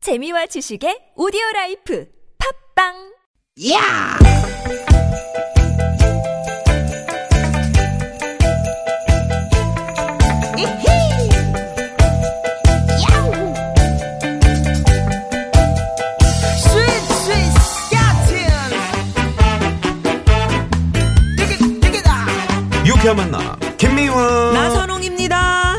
재미와 지식의 오디오 라이프 팝빵! 야! 이히! 야우! 스윗 스윗 스캇틴! 띠깃 띠깃아! 유쾌한 만남 김미화 나선홍입니다.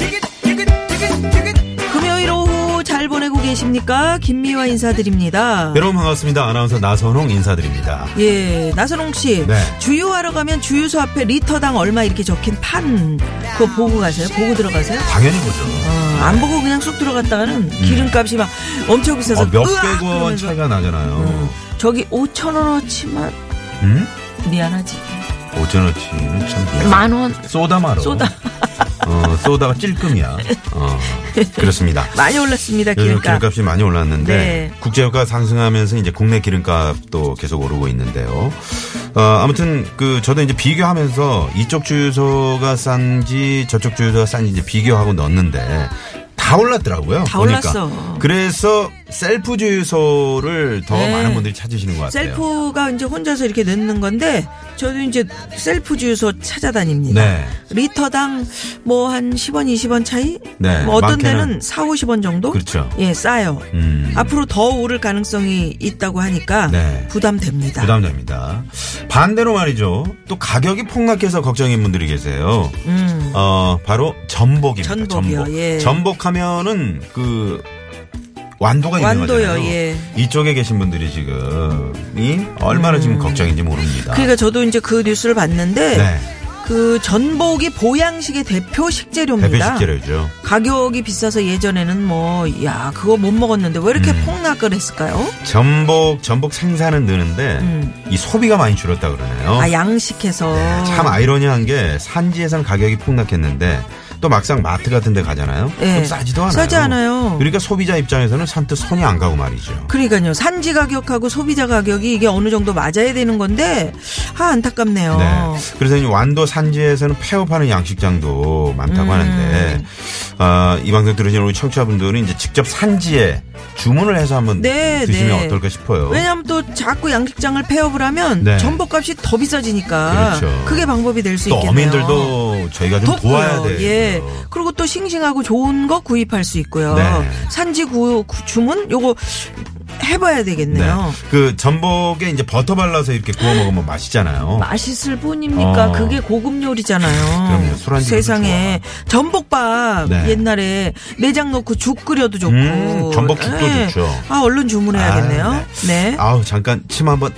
띠깃 띠깃 띠깃 띠깃! 금요일 오후 잘 보내고 계십니까? 김미화 인사드립니다. 여러분 반갑습니다 아나운서 나선홍 인사드립니다 예, 나선홍 씨. 네. 주유하러 가면 주유소 앞에 리터당 얼마 이렇게 적힌 판 그거 보고 가세요? 보고 들어가세요? 당연히 보죠 어, 안 보고 그냥 쑥 들어갔다가는 기름값이 막 엄청 비싸서 음. 어, 으악! 몇백 원 그러면서 음. 차이가 나잖아요 저기 5천 원어치만 음? 미안하지. 오천원치는 참 미안해. 만 원. 쏘다 말어 쏘다. 어, 쏘다가 찔끔이야 어, 그렇습니다 많이 올랐습니다. 요즘 네, 기름값. 기름값이 많이 올랐는데 네. 국제유가 상승하면서 이제 국내 기름값도 계속 오르고 있는데요. 어, 아무튼 그 저도 이제 비교하면서 이쪽 주유소가 싼지 저쪽 주유소가 싼지 이제 비교하고 넣었는데 다 올랐더라고요. 다 보니까. 올랐어. 그래서 셀프 주유소를 더 네. 많은 분들이 찾으시는 것 같아요. 셀프가 이제 혼자서 이렇게 넣는 건데 저도 이제 셀프 주유소 찾아다닙니다. 네. 리터당 뭐 한 10원, 20원 차이? 네, 뭐 어떤 많게는- 데는 아, 4, 50원 정도? 그렇죠. 예, 싸요. 음. 앞으로 더 오를 가능성이 있다고 하니까 네. 부담됩니다. 부담됩니다. 반대로 말이죠. 또 가격이 폭락해서 걱정인 분들이 계세요. 음. 어, 바로 전복입니다. 전복이요, 전복. 예. 전복하면은 그 완도가 있는 완도요, 거잖아요. 예. 이쪽에 계신 분들이 지금 이 얼마나 지금 걱정인지 모릅니다. 음. 그러니까 저도 이제 그 뉴스를 봤는데 아. 네. 그 전복이 보양식의 대표 식재료입니다. 대표 식재료죠. 가격이 비싸서 예전에는 뭐, 야, 그거 못 먹었는데 왜 이렇게 음. 폭락을 했을까요? 전복 전복 생산은 느는데 음. 이 소비가 많이 줄었다 그러네요. 아, 양식해서. 어. 네, 참 아이러니한 게 산지에선 가격이 폭락했는데 또 막상 마트 같은 데 가잖아요. 예. 좀 싸지도 않아요. 싸지 않아요. 그러니까 소비자 입장에서는 산뜻 손이 안 가고 말이죠. 그러니까요. 산지 가격하고 소비자 가격이 이게 어느 정도 맞아야 되는 건데 아 안타깝네요. 네. 그래서 이 완도 산지에서는 폐업하는 양식장도 음. 많다고 하는데 아, 이 방송 들으시는 우리 청취자분들은 이제 직접 산지에 주문을 해서 한번 네, 드시면 네. 어떨까 싶어요. 왜냐하면 또 자꾸 양식장을 폐업을 하면 네. 전복값이 더 비싸지니까 그렇죠. 그게 방법이 될 수 또 있겠네요. 어민들도 저희가 좀 덥고요. 도와야 돼요. 예. 그리고 또 싱싱하고 좋은 거 구입할 수 있고요. 네. 산지 구, 구- 주문 요거 해봐야 네. 되겠네요. 그 전복에 이제 버터 발라서 이렇게 구워 먹으면 맛있잖아요. 맛있을 뿐입니까? 어. 그게 고급 요리잖아요. 그럼요. 술안주로도 세상에 전복밥 네. 옛날에 내장 넣고 죽 끓여도 좋고 음, 전복죽도 좋죠. 아 얼른 주문해야겠네요. 아, 네. 아우 잠깐 침 한번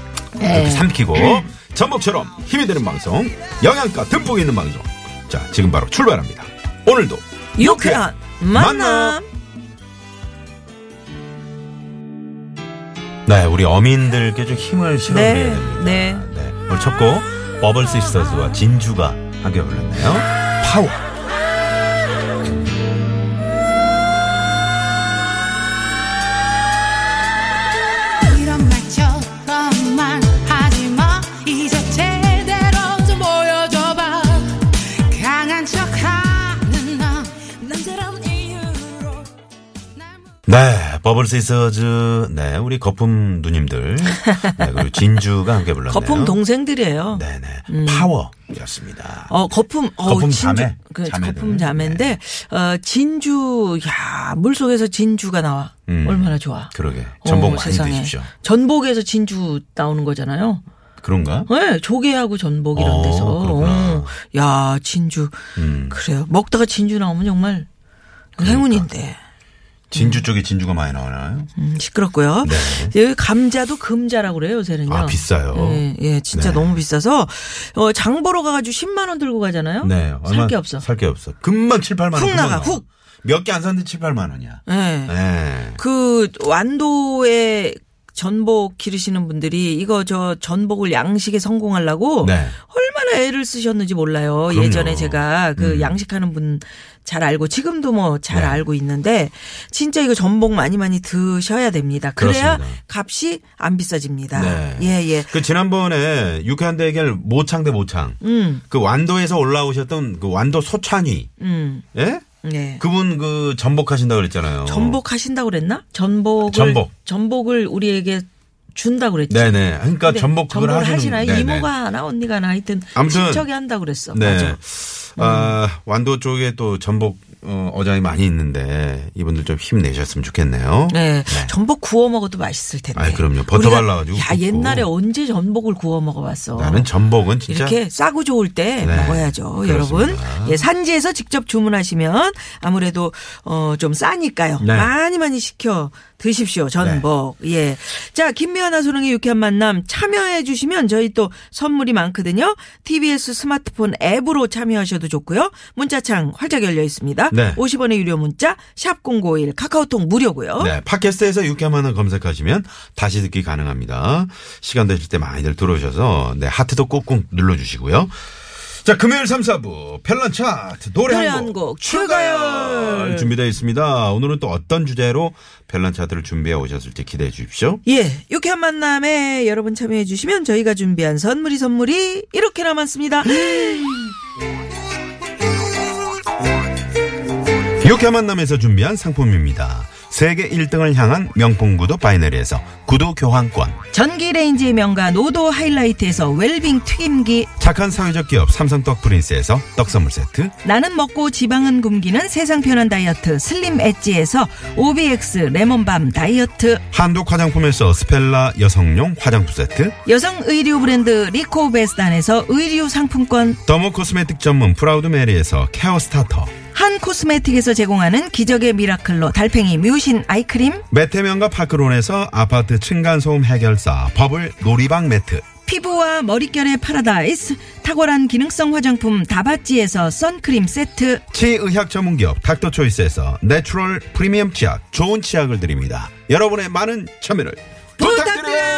이렇게 삼키고 네. 전복처럼 힘이 되는 방송 영양가 듬뿍 있는 방송 자 지금 바로 출발합니다 오늘도 유쾌한 만남. 뭐 만남. 네 우리 어민들께 좀 힘을 실어드려야 네, 됩니다 네. 오늘 첫곡 버블 시스터즈와 진주가 함께 불렀네요 파워 이런 말처럼만 하지 마 이제 제대로 좀 보여줘봐 강한 척하는 너 남자라는 이유로 날 네 버블 시스터즈 네 우리 거품 누님들 네, 그리고 진주가 함께 불렀네요 거품 동생들이에요. 음. 네네 파워였습니다 어 거품 어 거품 진주, 자매, 그 자매들. 네. 거품 자매인데 어 진주 야물 속에서 진주가 나와 음. 얼마나 좋아. 그러게 전복 어, 많이 세상에. 드십시오 전복에서 진주 나오는 거잖아요. 그런가 네, 조개하고 전복 이런 어, 데서. 그렇구나. 어. 야, 진주. 음. 그러니까. 그래요. 먹다가 진주 나오면 정말 행운인데. 진주 쪽에 진주가 많이 나오나요? 아, 음, 시끄럽고요. 여기 감자도 금자라고 그래요, 요새는요. 네. 아 비싸요. 예, 예, 진짜 네. 너무 비싸서 어, 장 보러 가가지고 10만 원 들고 가잖아요. 네. 살 게 없어. 살게 없어. 금방 7, 8만 원. 훅 금방 나가, 나와. 훅. 네. 몇개 안 샀는데 7, 8만 원이야. 예. 네. 그 완도에 전복 기르시는 분들이 이거 저 전복을 양식에 성공하려고 네. 얼마나 애를 쓰셨는지 몰라요. 그럼요. 예전에 제가 그 음. 양식하는 분 잘 알고 지금도 뭐 잘 네. 알고 있는데 진짜 이거 전복 많이 많이 드셔야 됩니다. 그래야 그렇습니다. 값이 안 비싸집니다. 네. 예, 예. 그 지난번에 유쾌한 대결 모창 대 모창. 음, 그 완도에서 올라오셨던 그 완도 소찬이. 음. 예? 네. 그분 그 전복하신다 그랬잖아요. 전복 하신다고 그랬나? 전복을 어. 전복. 전복을 우리에게 준다고 그랬지. 네네. 그러니까 근데 전복 그걸 전복을 하시는 하시나요? 네네. 이모가 하나 언니가 하나 하여튼 아무튼 친척이 한다고 그랬어. 네. 맞아. 음. 아, 완도 쪽에 또 전복 어, 어장이 많이 있는데 이분들 좀 힘내셨으면 좋겠네요. 네. 전복 구워 먹어도 맛있을 텐데. 아이, 그럼요. 버터 우리가 발라가지고 야, 굽고. 옛날에 언제 전복을 구워 먹어봤어. 나는 전복은 진짜 이렇게 싸고 좋을 때 네. 먹어야죠, 그렇습니다. 여러분. 예, 산지에서 직접 주문하시면 아무래도 어, 좀 싸니까요. 네. 많이 많이 시켜 드십시오, 전복. 예. 자, 김미아나 소령의 유쾌한 만남 참여해 주시면 저희 또 선물이 많거든요. TBS 스마트폰 앱으로 참여하셔도 좋고요. 문자창 활짝 열려 있습니다. 네. 50원의 유료 문자 샵 #051 카카오톡 무료고요. 네, 팟캐스트에서 유쾌만을 검색하시면 다시 듣기 가능합니다. 시간 되실 때 많이들 들어오셔서 네, 하트도 꾹꾹 눌러 주시고요. 자, 금요일 3, 4부 펠런 차트 노래, 노래 한 한 곡 곡 추가열 추가열. 준비되어 있습니다. 오늘은 또 어떤 주제로 펠런 차트를 준비해 오셨을지 기대해 주십시오. 예, 유쾌한 만남에 여러분 참여해 주시면 저희가 준비한 선물이 선물이 이렇게 남았습니다. 유쾌 만남에서 준비한 상품입니다. 세계 1등을 향한 명품 구두 바이너리에서 구두 교환권. 전기레인지의 명가 노도 하이라이트에서 웰빙 튀김기 착한 사회적 기업 삼성떡 프린스에서 떡 선물 세트. 나는 먹고 지방은 굶기는 세상 편한 다이어트 슬림 엣지에서 OBX 레몬밤 다이어트 한독 화장품에서 스펠라 여성용 화장품 세트. 여성 의류 브랜드 리코베스단에서 의류 상품권 더모 코스메틱 전문 프라우드 메리에서 케어 스타터. 한 코스메틱에서 제공하는 기적의 미라클로 달팽이 뮤신 아이크림 메테면과 파크론에서 아파트 층간소음 해결사 버블 놀이방 매트. 피부와 머릿결의 파라다이스 탁월한 기능성 화장품 다바찌에서 선크림 세트 치의학 전문기업 닥터초이스에서 내추럴 프리미엄 치약 좋은 치약을 드립니다. 여러분의 많은 참여를 부탁드려요.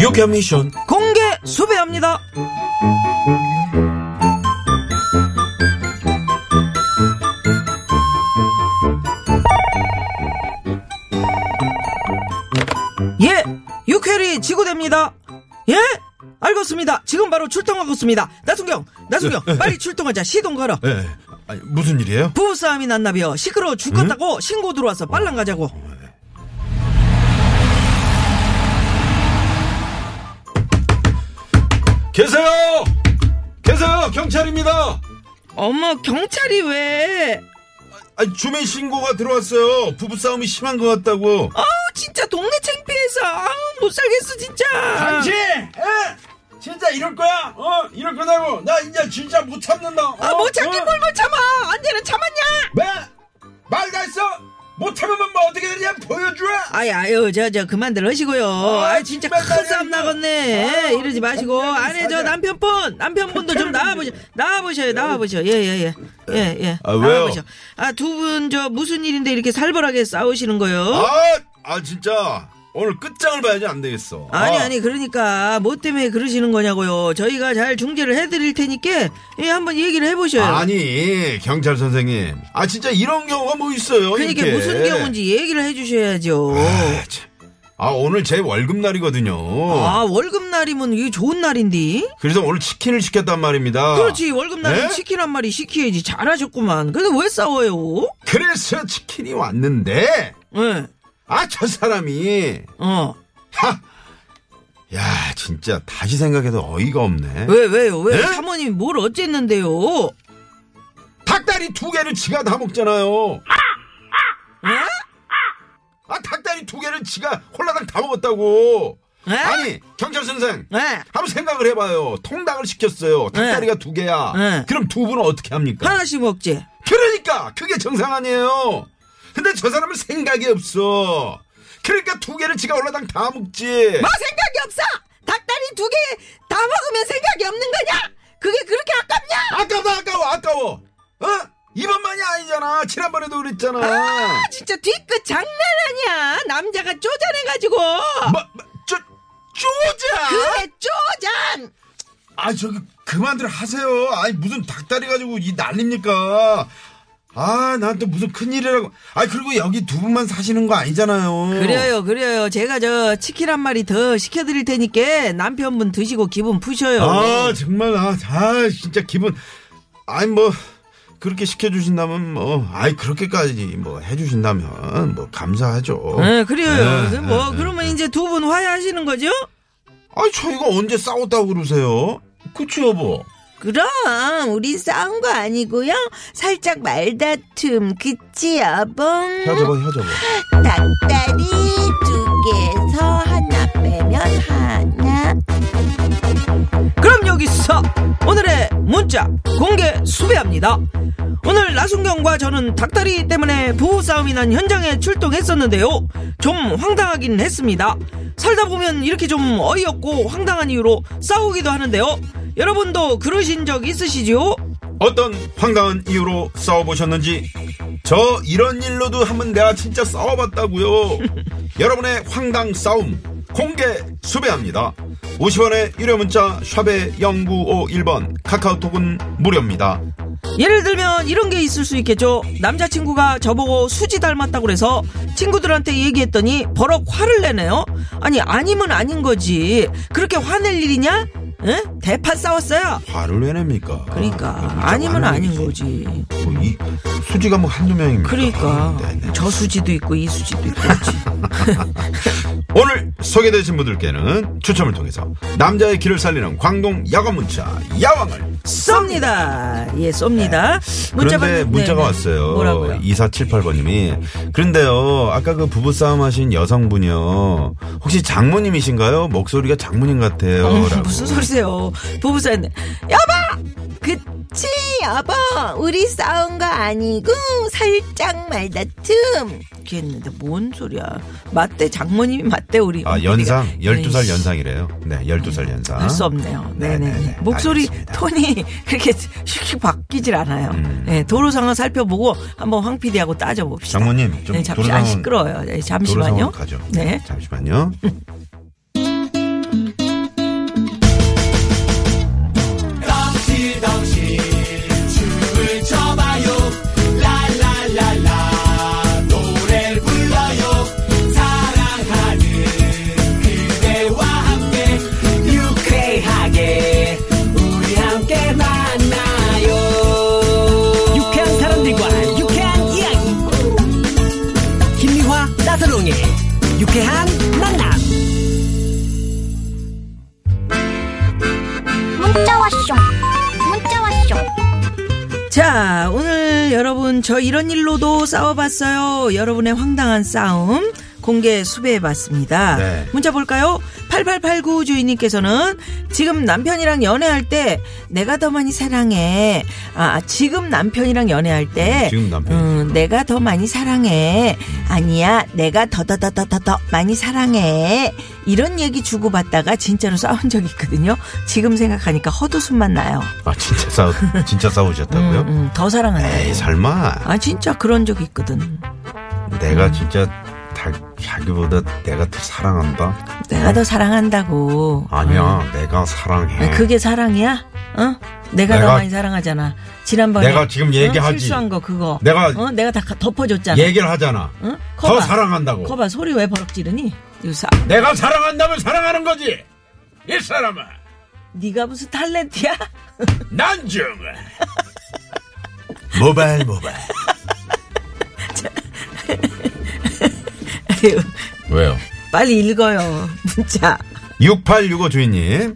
유쾌한 미션 공개 수배합니다 예, 육회리 지구대입니다. 예, 알겠습니다. 지금 바로 출동하겠습니다. 나순경, 나순경, 빨리 출동하자. 시동 걸어. 예, 예. 아니, 무슨 일이에요? 부부싸움이 났나비요. 시끄러워 죽겠다고 신고 들어와서 빨랑 가자고. 계세요! 계세요! 경찰입니다! 어머, 경찰이 왜? 아니, 주민 신고가 들어왔어요. 부부싸움이 심한 것 같다고. 아우, 진짜 동네 창피해서. 아우, 못 살겠어, 진짜. 당신! 에? 진짜 이럴 거야? 어? 이럴 거냐고? 나 이제 진짜 못 참는다. 어? 아, 뭐 참긴 어? 뭘 못 참아. 언제는 참았냐? 왜? 말다 했어? 못 참으면 뭐 어떻게 되냐? 보여줘! 아이 아유 저 저 그만들 하시고요. 아, 아 진짜 정말 큰 싸움 나가요. 나갔네. 아, 이러지 마시고 아니, 안에 저 사자. 남편분 남편분도 좀 나와 보셔 나와 보셔요 나와 보셔 예예예 예예 아, 왜요? 아두 분 저 무슨 일인데 이렇게 살벌하게 싸우시는 거요? 아, 아, 진짜. 오늘 끝장을 봐야지 안 되겠어. 아니 아니 그러니까 뭐 때문에 그러시는 거냐고요. 저희가 잘 중재를 해드릴 테니까 예 한번 얘기를 해보셔요. 아니, 경찰 선생님. 아, 진짜 이런 경우가 뭐 있어요. 그러니까 이렇게. 무슨 경우인지 얘기를 해주셔야죠. 아, 참. 아, 오늘 제 월급날이거든요. 아 월급날이면 이게 좋은 날인데. 그래서 오늘 치킨을 시켰단 말입니다. 그렇지 월급날은 네? 치킨 한 마리 시키야지 잘하셨구만 근데 왜 싸워요? 그래서 치킨이 왔는데, 예, 아, 저 사람이. 어. 야, 진짜 다시 생각해도 어이가 없네. 왜 왜요 왜 네? 사모님이 뭘 어쨌는데요? 닭다리 두 개를 지가 다 먹잖아요. 에? 아 닭다리 두 개를 지가 홀라당 다 먹었다고. 에? 아니 경찰 선생 에? 한번 생각을 해봐요. 통닭을 시켰어요. 닭다리가 두 개야. 네. 그럼 두 분은 어떻게 합니까? 하나씩 먹지 그러니까 그게 정상 아니에요. 근데 저 사람은 생각이 없어. 그러니까 두 개를 지가 올라당 다 먹지. 뭐 생각이 없어? 닭다리 두 개 다 먹으면 생각이 없는 거냐? 그게 그렇게 아깝냐? 아까워 아까워 아까워. 어? 이번만이 아니잖아. 지난번에도 그랬잖아. 아, 진짜 뒤끝 장난 아니야. 남자가 쪼잔해가지고. 아, 뭐, 뭐, 쪼, 쪼자. 그래, 쪼잔! 아 저기 그만들 하세요. 아니 무슨 닭다리 가지고 이 난립니까? 아 난 또 무슨 큰일이라고. 아 그리고 여기 두 분만 사시는 거 아니잖아요. 그래요, 그래요. 제가 저 치킨 한 마리 더 시켜드릴 테니까 남편분 드시고 기분 푸셔요. 아 정말 아, 아 진짜 기분 아니 뭐 그렇게 시켜주신다면 뭐 아이 그렇게까지 뭐 해주신다면 뭐 감사하죠. 예, 그래요. 예, 뭐, 예, 그러면 이제 두 분 화해하시는 거죠? 아니 저희가 언제 싸웠다고 그러세요? 그치 여보. 그럼, 우리 싸운 거 아니고요. 살짝 말다툼, 그치, 여봉? 혀져봐 혀져봐. 닭다리 두 개에서 하나 빼면 하나. 그럼 여기서 오늘의 문자 공개 수배합니다. 오늘 나순경과 저는 닭다리 때문에 부부 싸움이 난 현장에 출동했었는데요. 좀 황당하긴 했습니다. 살다 보면 이렇게 좀 어이없고 황당한 이유로 싸우기도 하는데요. 여러분도 그러신 적 있으시죠? 어떤 황당한 이유로 싸워보셨는지 저 이런 일로도 한번 내가 진짜 싸워봤다고요. 여러분의 황당 싸움 공개 수배합니다. 50원의 유료 문자 샵의 0951번 카카오톡은 무료입니다. 예를 들면 이런 게 있을 수 있겠죠. 남자친구가 저보고 수지 닮았다고 그래서 친구들한테 얘기했더니 버럭 화를 내네요. 아니 아니면 아닌 거지. 그렇게 화낼 일이냐? 에? 대파 싸웠어요. 화를 왜 냅니까? 그러니까 문자가 아니면 안 아닌 오지. 거지. 뭐이 수지가 뭐 한두 명입니까? 그러니까 네네. 저 수지도 있고 이 수지도 있고. 오늘 소개되신 분들께는 추첨을 통해서 남자의 길을 살리는 광동 야광 문자 야왕을 쏩니다. 예, 쏩니다. 문자 네. 그런데 받는- 문자가 네네. 왔어요. 뭐라고요? 2478번님이. 그런데요, 아까 그 부부싸움 하신 여성분이요. 혹시 장모님이신가요? 목소리가 장모님 같아요. 어머, 라고. 무슨 소리세요? 부부싸움. 여보! 그치, 여보. 우리 싸운 거 아니고, 살짝 말다툼. 이렇게 했는데, 뭔 소리야. 맞대, 장모님이 맞대, 우리. 아, 연상? 우리가. 12살 에이씨, 음, 연상이래요. 네, 12살 연상. 할수 없네요. 네네. 네네네. 목소리 알겠습니다. 톤이 그렇게 쉽게 바뀌질 않아요. 음. 네, 도로 상황 살펴보고 한번 황 PD하고 따져봅시다. 장모님, 좀 네, 잠시 안 도로 상황- 시끄러워요. 네, 도로 상황 잠시만요. 가죠. 네. 잠시만요. 유쾌한 사람들과 유쾌한 이야기 김미화 나서롱의 유쾌한 만남 문자 왔쇼 문자 왔쇼 자, 오늘 여러분 저 이런 일로도 싸워봤어요. 여러분의 황당한 싸움 공개 수배해봤습니다. 네. 문자 볼까요? 8889 주인님께서는 지금 남편이랑 연애할 때 내가 더 많이 사랑해. 아, 지금 남편이랑 연애할 때 지금 음. 남편이. 음, 내가 더 많이 사랑해. 아니야, 내가 더 더 더 더 더 더 많이 사랑해. 이런 얘기 주고받다가 진짜로 싸운 적이 있거든요. 지금 생각하니까 헛웃음만 나요. 아, 진짜 싸우, 진짜 싸우셨다고요? 음, 음, 더 사랑한다. 에이, 설마. 아 진짜 그런 적 있거든. 내가 진짜 다, 자기보다 내가 더 사랑한다? 내가 더 사랑한다고. 아니야, 내가 사랑해. 음. 아니, 그게 사랑이야? 어? 내가, 더 내가- 많이 사랑하잖아. 지난번에 내가 지금 어? 얘기하지. 실수한 거 그거. 내가- 어? 내가 다 덮어줬잖아. 얘기를 하잖아. 응? 더 사랑한다고. 거봐 소리 왜 버럭 지르니? 아, 이거 사, 내가 사랑한다면 사랑하는 거지. 이 사람아, 네가 무슨 탈렌트야? 난 좀. 모발, 모발. 아유, 왜요? 빨리 읽어요 문자. 6865 주인님.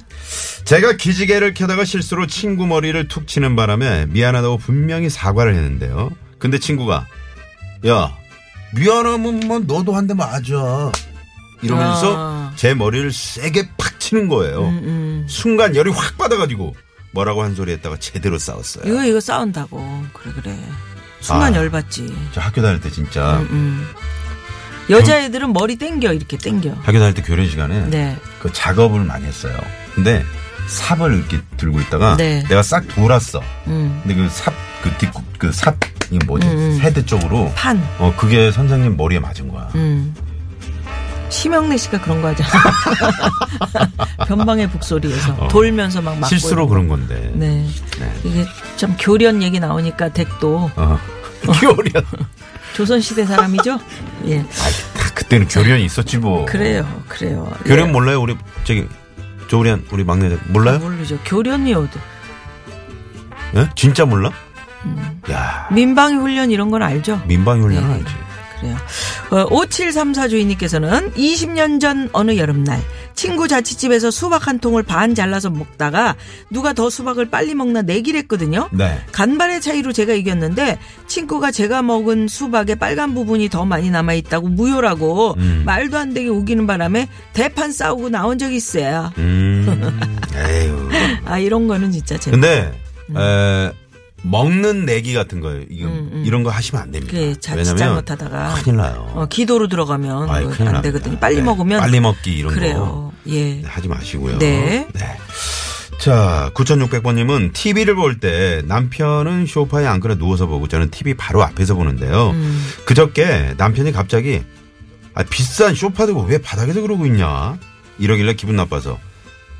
제가 기지개를 켜다가 실수로 친구 머리를 툭 치는 바람에 미안하다고 분명히 사과를 했는데요. 근데 친구가, 야, 미안하면 뭐 너도 한 대 맞아. 이러면서 아. 음, 제 머리를 세게 팍 치는 거예요. 순간 열이 확 받아가지고 뭐라고 한 소리 했다가 제대로 싸웠어요. 이거 이거 싸운다고. 그래 그래. 순간 아. 열받지. 저 학교 다닐 때 진짜 여자애들은 머리 땡겨 이렇게 땡겨. 학교 다닐 때 교련 시간에 네. 그 작업을 많이 했어요. 근데 삽을 이렇게 들고 있다가 네. 내가 싹 돌았어. 음. 근데 그 삽, 그 뒷, 그 삽, 이 뭐지? 헤드 쪽으로. 판. 어, 그게 선생님 머리에 맞은 거야. 음. 심영래 씨가 그런 거 하잖아. 변방의 북소리에서 어. 돌면서 막 맞고. 실수로 그런 건데. 네. 네. 이게 참 교련 얘기 나오니까 댁도 어. 교련. 조선시대 사람이죠? 예. 아, 그때는 교련이 있었지 뭐. 그래요, 예. 그래요. 교련 몰라요? 우리, 저기, 조우리안, 우리 막내, 자- 예. 몰라요? 모르죠. 교련이 어디. 아, 예? 진짜 몰라? 야 민방위 훈련 이런 건 알죠? 민방위 훈련은 음. 네. 알지. 그래요. 어, 5734 주인님께서는 20년 전 어느 여름날 친구 자취집에서 수박 한 통을 반 잘라서 먹다가 누가 더 수박을 빨리 먹나 내기랬거든요. 네. 간발의 차이로 제가 이겼는데 친구가 제가 먹은 수박의 빨간 부분이 더 많이 남아 있다고 무효라고 음. 말도 안 되게 우기는 바람에 대판 싸우고 나온 적이 있어요. 음. 에휴. 아 이런 거는 진짜 재밌. 근데, 음. 에, 먹는 내기 같은 거예요. 이거, 이런 거 하시면 안 됩니다. 음. 그게 자- 잘못하다가 큰일 나요. 어, 기도로 들어가면 아이, 그거 큰일 안 납니다. 되거든요. 빨리 네. 먹으면 빨리 먹기 이런 그래요. 예. 거 하지 마시고요. 네. 자, 9600번님은 TV를 볼 때 남편은 소파에 안거나 누워서 보고 저는 TV 바로 앞에서 보는데요. 음. 그저께 남편이 갑자기 아, 비싼 소파 들고 왜 바닥에서 그러고 있냐? 이러길래 기분 나빠서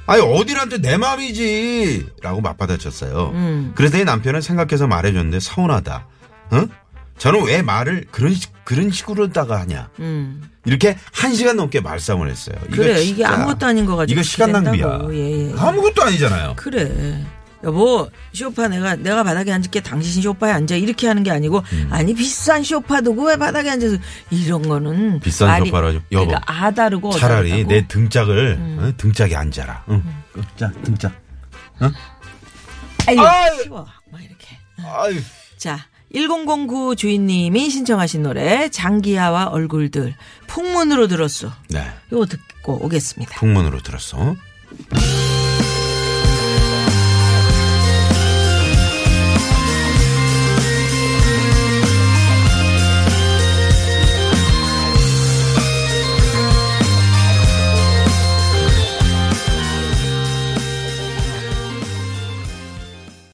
아니 어디란데 내 맘이지 라고 맞받아쳤어요. 음. 그랬더니 남편은 생각해서 말해줬는데 서운하다. 응? 저는 왜 말을 그런 식- 그런 식으로다가 하냐? 음. 이렇게 한 시간 넘게 말싸움을 했어요. 이거 그래 이게 진짜- 아무것도 아닌 거 가지고 이거 시간 그렇게 낭비야. 된다고. 예, 예. 아무것도 아니잖아요. 그래. 여보, 쇼파 내가 내가 바닥에 앉을게. 당신 쇼파에 앉아 이렇게 하는 게 아니고 음. 아니 비싼 쇼파 두고 왜 바닥에 앉아서 이런 거는 비싼 말이- 쇼파라죠. 여보, 그러니까 아다르고 차라리 어다르다고. 음. 내 등짝을 어? 등짝에 앉아라. 응. 자 음. 등짝. 아유, 쉬워. 막 이렇게. 아유. 자, 1009 주인님이 신청하신 노래 장기하와 얼굴들 풍문으로 들었어. 네. 이거 듣고 오겠습니다. 풍문으로 들었어.